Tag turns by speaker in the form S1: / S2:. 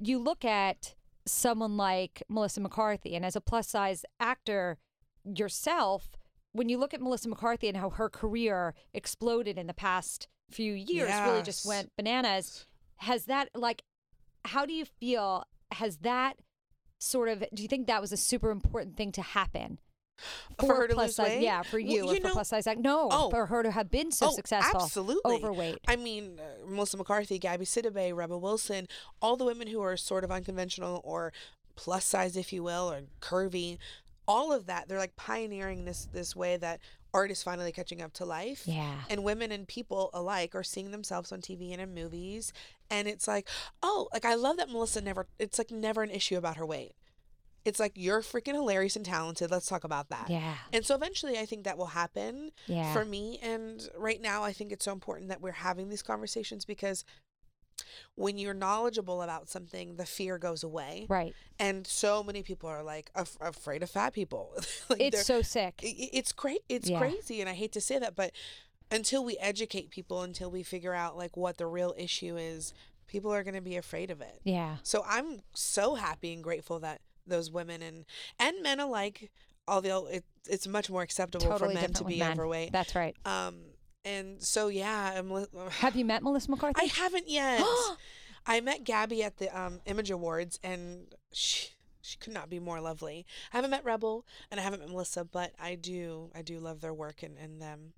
S1: you look at someone like Melissa McCarthy, and as a plus size actor yourself, when you look at Melissa McCarthy and how her career exploded in the past few years, really just
S2: Yes.
S1: went bananas, has that, like, how do you feel? Has that sort of, do you think that was a super important thing to happen?
S2: For her to
S1: plus
S2: lose
S1: size,
S2: weight?
S1: yeah, for
S2: Well,
S1: you, or
S2: you
S1: for
S2: know-
S1: plus size, act- no,
S2: Oh.
S1: for her to have been so successful,
S2: Absolutely.
S1: overweight.
S2: I mean, uh, Melissa McCarthy, Gabby Sidibe, Rebel Wilson, all the women who are sort of unconventional or plus size, if you will, or curvy, all of that, they're like pioneering this this way that art is finally catching up to life.
S1: Yeah.
S2: And women and people alike are seeing themselves on TV and in movies. And it's like, oh, like I love that Melissa never, it's like never an issue about her weight. It's like, you're freaking hilarious and talented. Let's talk about that.
S1: yeah,
S2: And so eventually, I think that will happen
S1: yeah,
S2: for me. And right now, I think it's so important that we're having these conversations because when you're knowledgeable about something, the fear goes away.
S1: right.
S2: And so many people are like af- afraid of fat people. like
S1: It's
S2: they're-
S1: so sick.
S2: i- i- it's great. It's
S1: Yeah.
S2: crazy. And I hate to say that, but until we educate people, until we figure out like what the real issue is, people are going to be afraid of it.
S1: Yeah,
S2: So I'm so happy and grateful that those women and and men alike, although it, it's much more acceptable
S1: totally
S2: for men
S1: different
S2: to
S1: with
S2: be
S1: men.
S2: overweight.
S1: That's right.
S2: Um, and so yeah, I'm. li- uh,
S1: Have you met Melissa McCarthy?
S2: I haven't yet. I met Gabby at the um, Image Awards, and she she could not be more lovely. I haven't met Rebel, and I haven't met Melissa, but I do I do love their work and, and them.